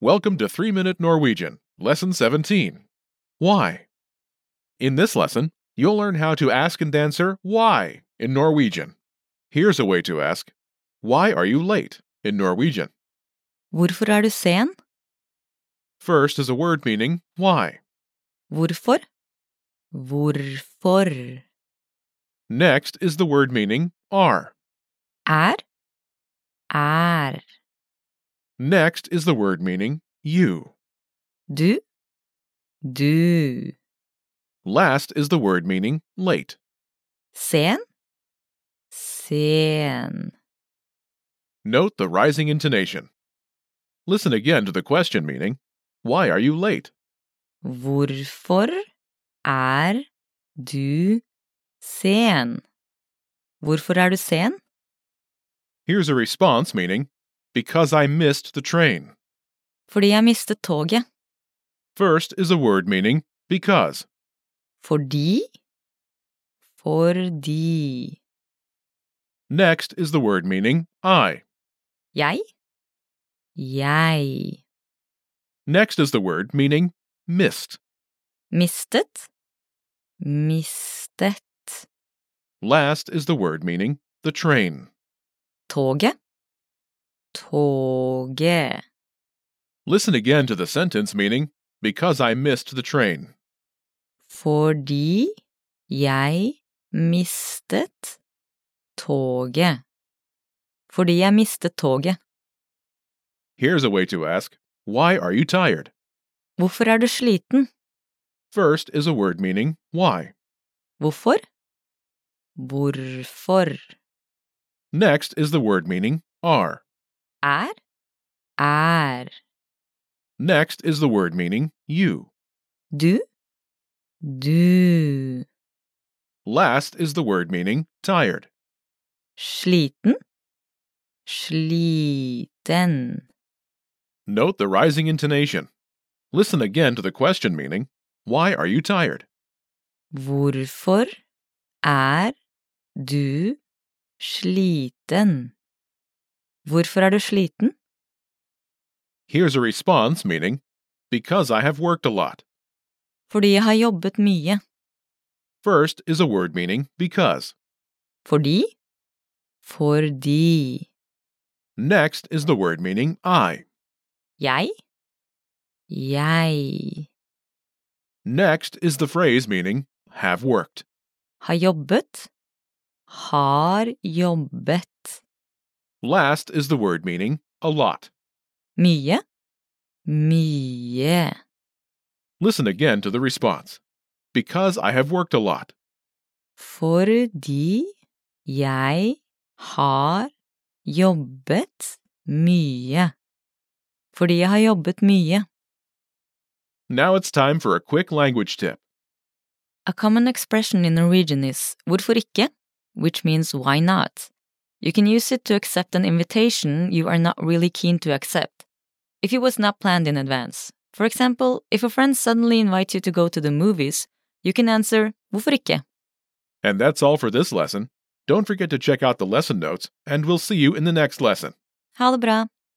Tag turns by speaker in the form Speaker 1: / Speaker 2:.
Speaker 1: Welcome to 3 Minute Norwegian, Lesson 17. Why? In this lesson, you'll learn how to ask and answer why in Norwegian. Here's a way to ask Why are you late in Norwegian?
Speaker 2: Hvorfor er du sen?
Speaker 1: First is a word meaning why.
Speaker 2: Hvorfor? Hvorfor
Speaker 1: Next is the word meaning are.
Speaker 2: er er
Speaker 1: Next is the word meaning you.
Speaker 2: du du
Speaker 1: Last is the word meaning late.
Speaker 2: sen sen
Speaker 1: Note the rising intonation. Listen again to the question meaning Why are you late?
Speaker 2: Hvorfor er du sen? Hvorfor er du sen?
Speaker 1: Here's a response meaning because I missed the train.
Speaker 2: Fordi jeg mistet toget.
Speaker 1: First is a word meaning because.
Speaker 2: Fordi Fordi
Speaker 1: Next is the word meaning I.
Speaker 2: Jeg Jeg
Speaker 1: Next is the word meaning missed.
Speaker 2: mistet Mistet
Speaker 1: Last is the word meaning the train.
Speaker 2: toget. Toget.
Speaker 1: Listen again to the sentence meaning because I missed the train.
Speaker 2: Fordi jeg mistet toget. Fordi jeg mistet toget.
Speaker 1: Here's a way to ask Why are you tired?
Speaker 2: Hvorfor er du sliten?
Speaker 1: First is a word meaning why.
Speaker 2: Hvorfor? Hvorfor
Speaker 1: Next is the word meaning are.
Speaker 2: er er
Speaker 1: Next is the word meaning you.
Speaker 2: du du
Speaker 1: Last is the word meaning tired.
Speaker 2: sliten sliten
Speaker 1: Note the rising intonation. Listen again to the question meaning, Why are you tired?
Speaker 2: Hvorfor er du sliten? Hvorfor er du sliten?
Speaker 1: Here's a response meaning, Because I have worked a lot.
Speaker 2: Fordi jeg har jobbet mye.
Speaker 1: First is a word meaning because.
Speaker 2: Fordi? Fordi
Speaker 1: Next is the word meaning I.
Speaker 2: jeg Jeg
Speaker 1: Next is the phrase meaning have worked.
Speaker 2: har jobbet har jobbet
Speaker 1: Last is the word meaning a lot.
Speaker 2: mye mye
Speaker 1: Listen again to the response. Because I have worked a lot.
Speaker 2: fordi jeg har jobbet mye. Fordi jeg har jobbet mye.
Speaker 1: Now it's time for a quick language tip.
Speaker 2: A common expression in Norwegian is hvorfor ikke, which means why not. You can use it to accept an invitation you are not really keen to accept, if it was not planned in advance. For example, if a friend suddenly invites you to go to the movies, you can answer hvorfor ikke.
Speaker 1: And that's all for this lesson. Don't forget to check out the lesson notes, and we'll see you in the next lesson.
Speaker 2: Ha det bra!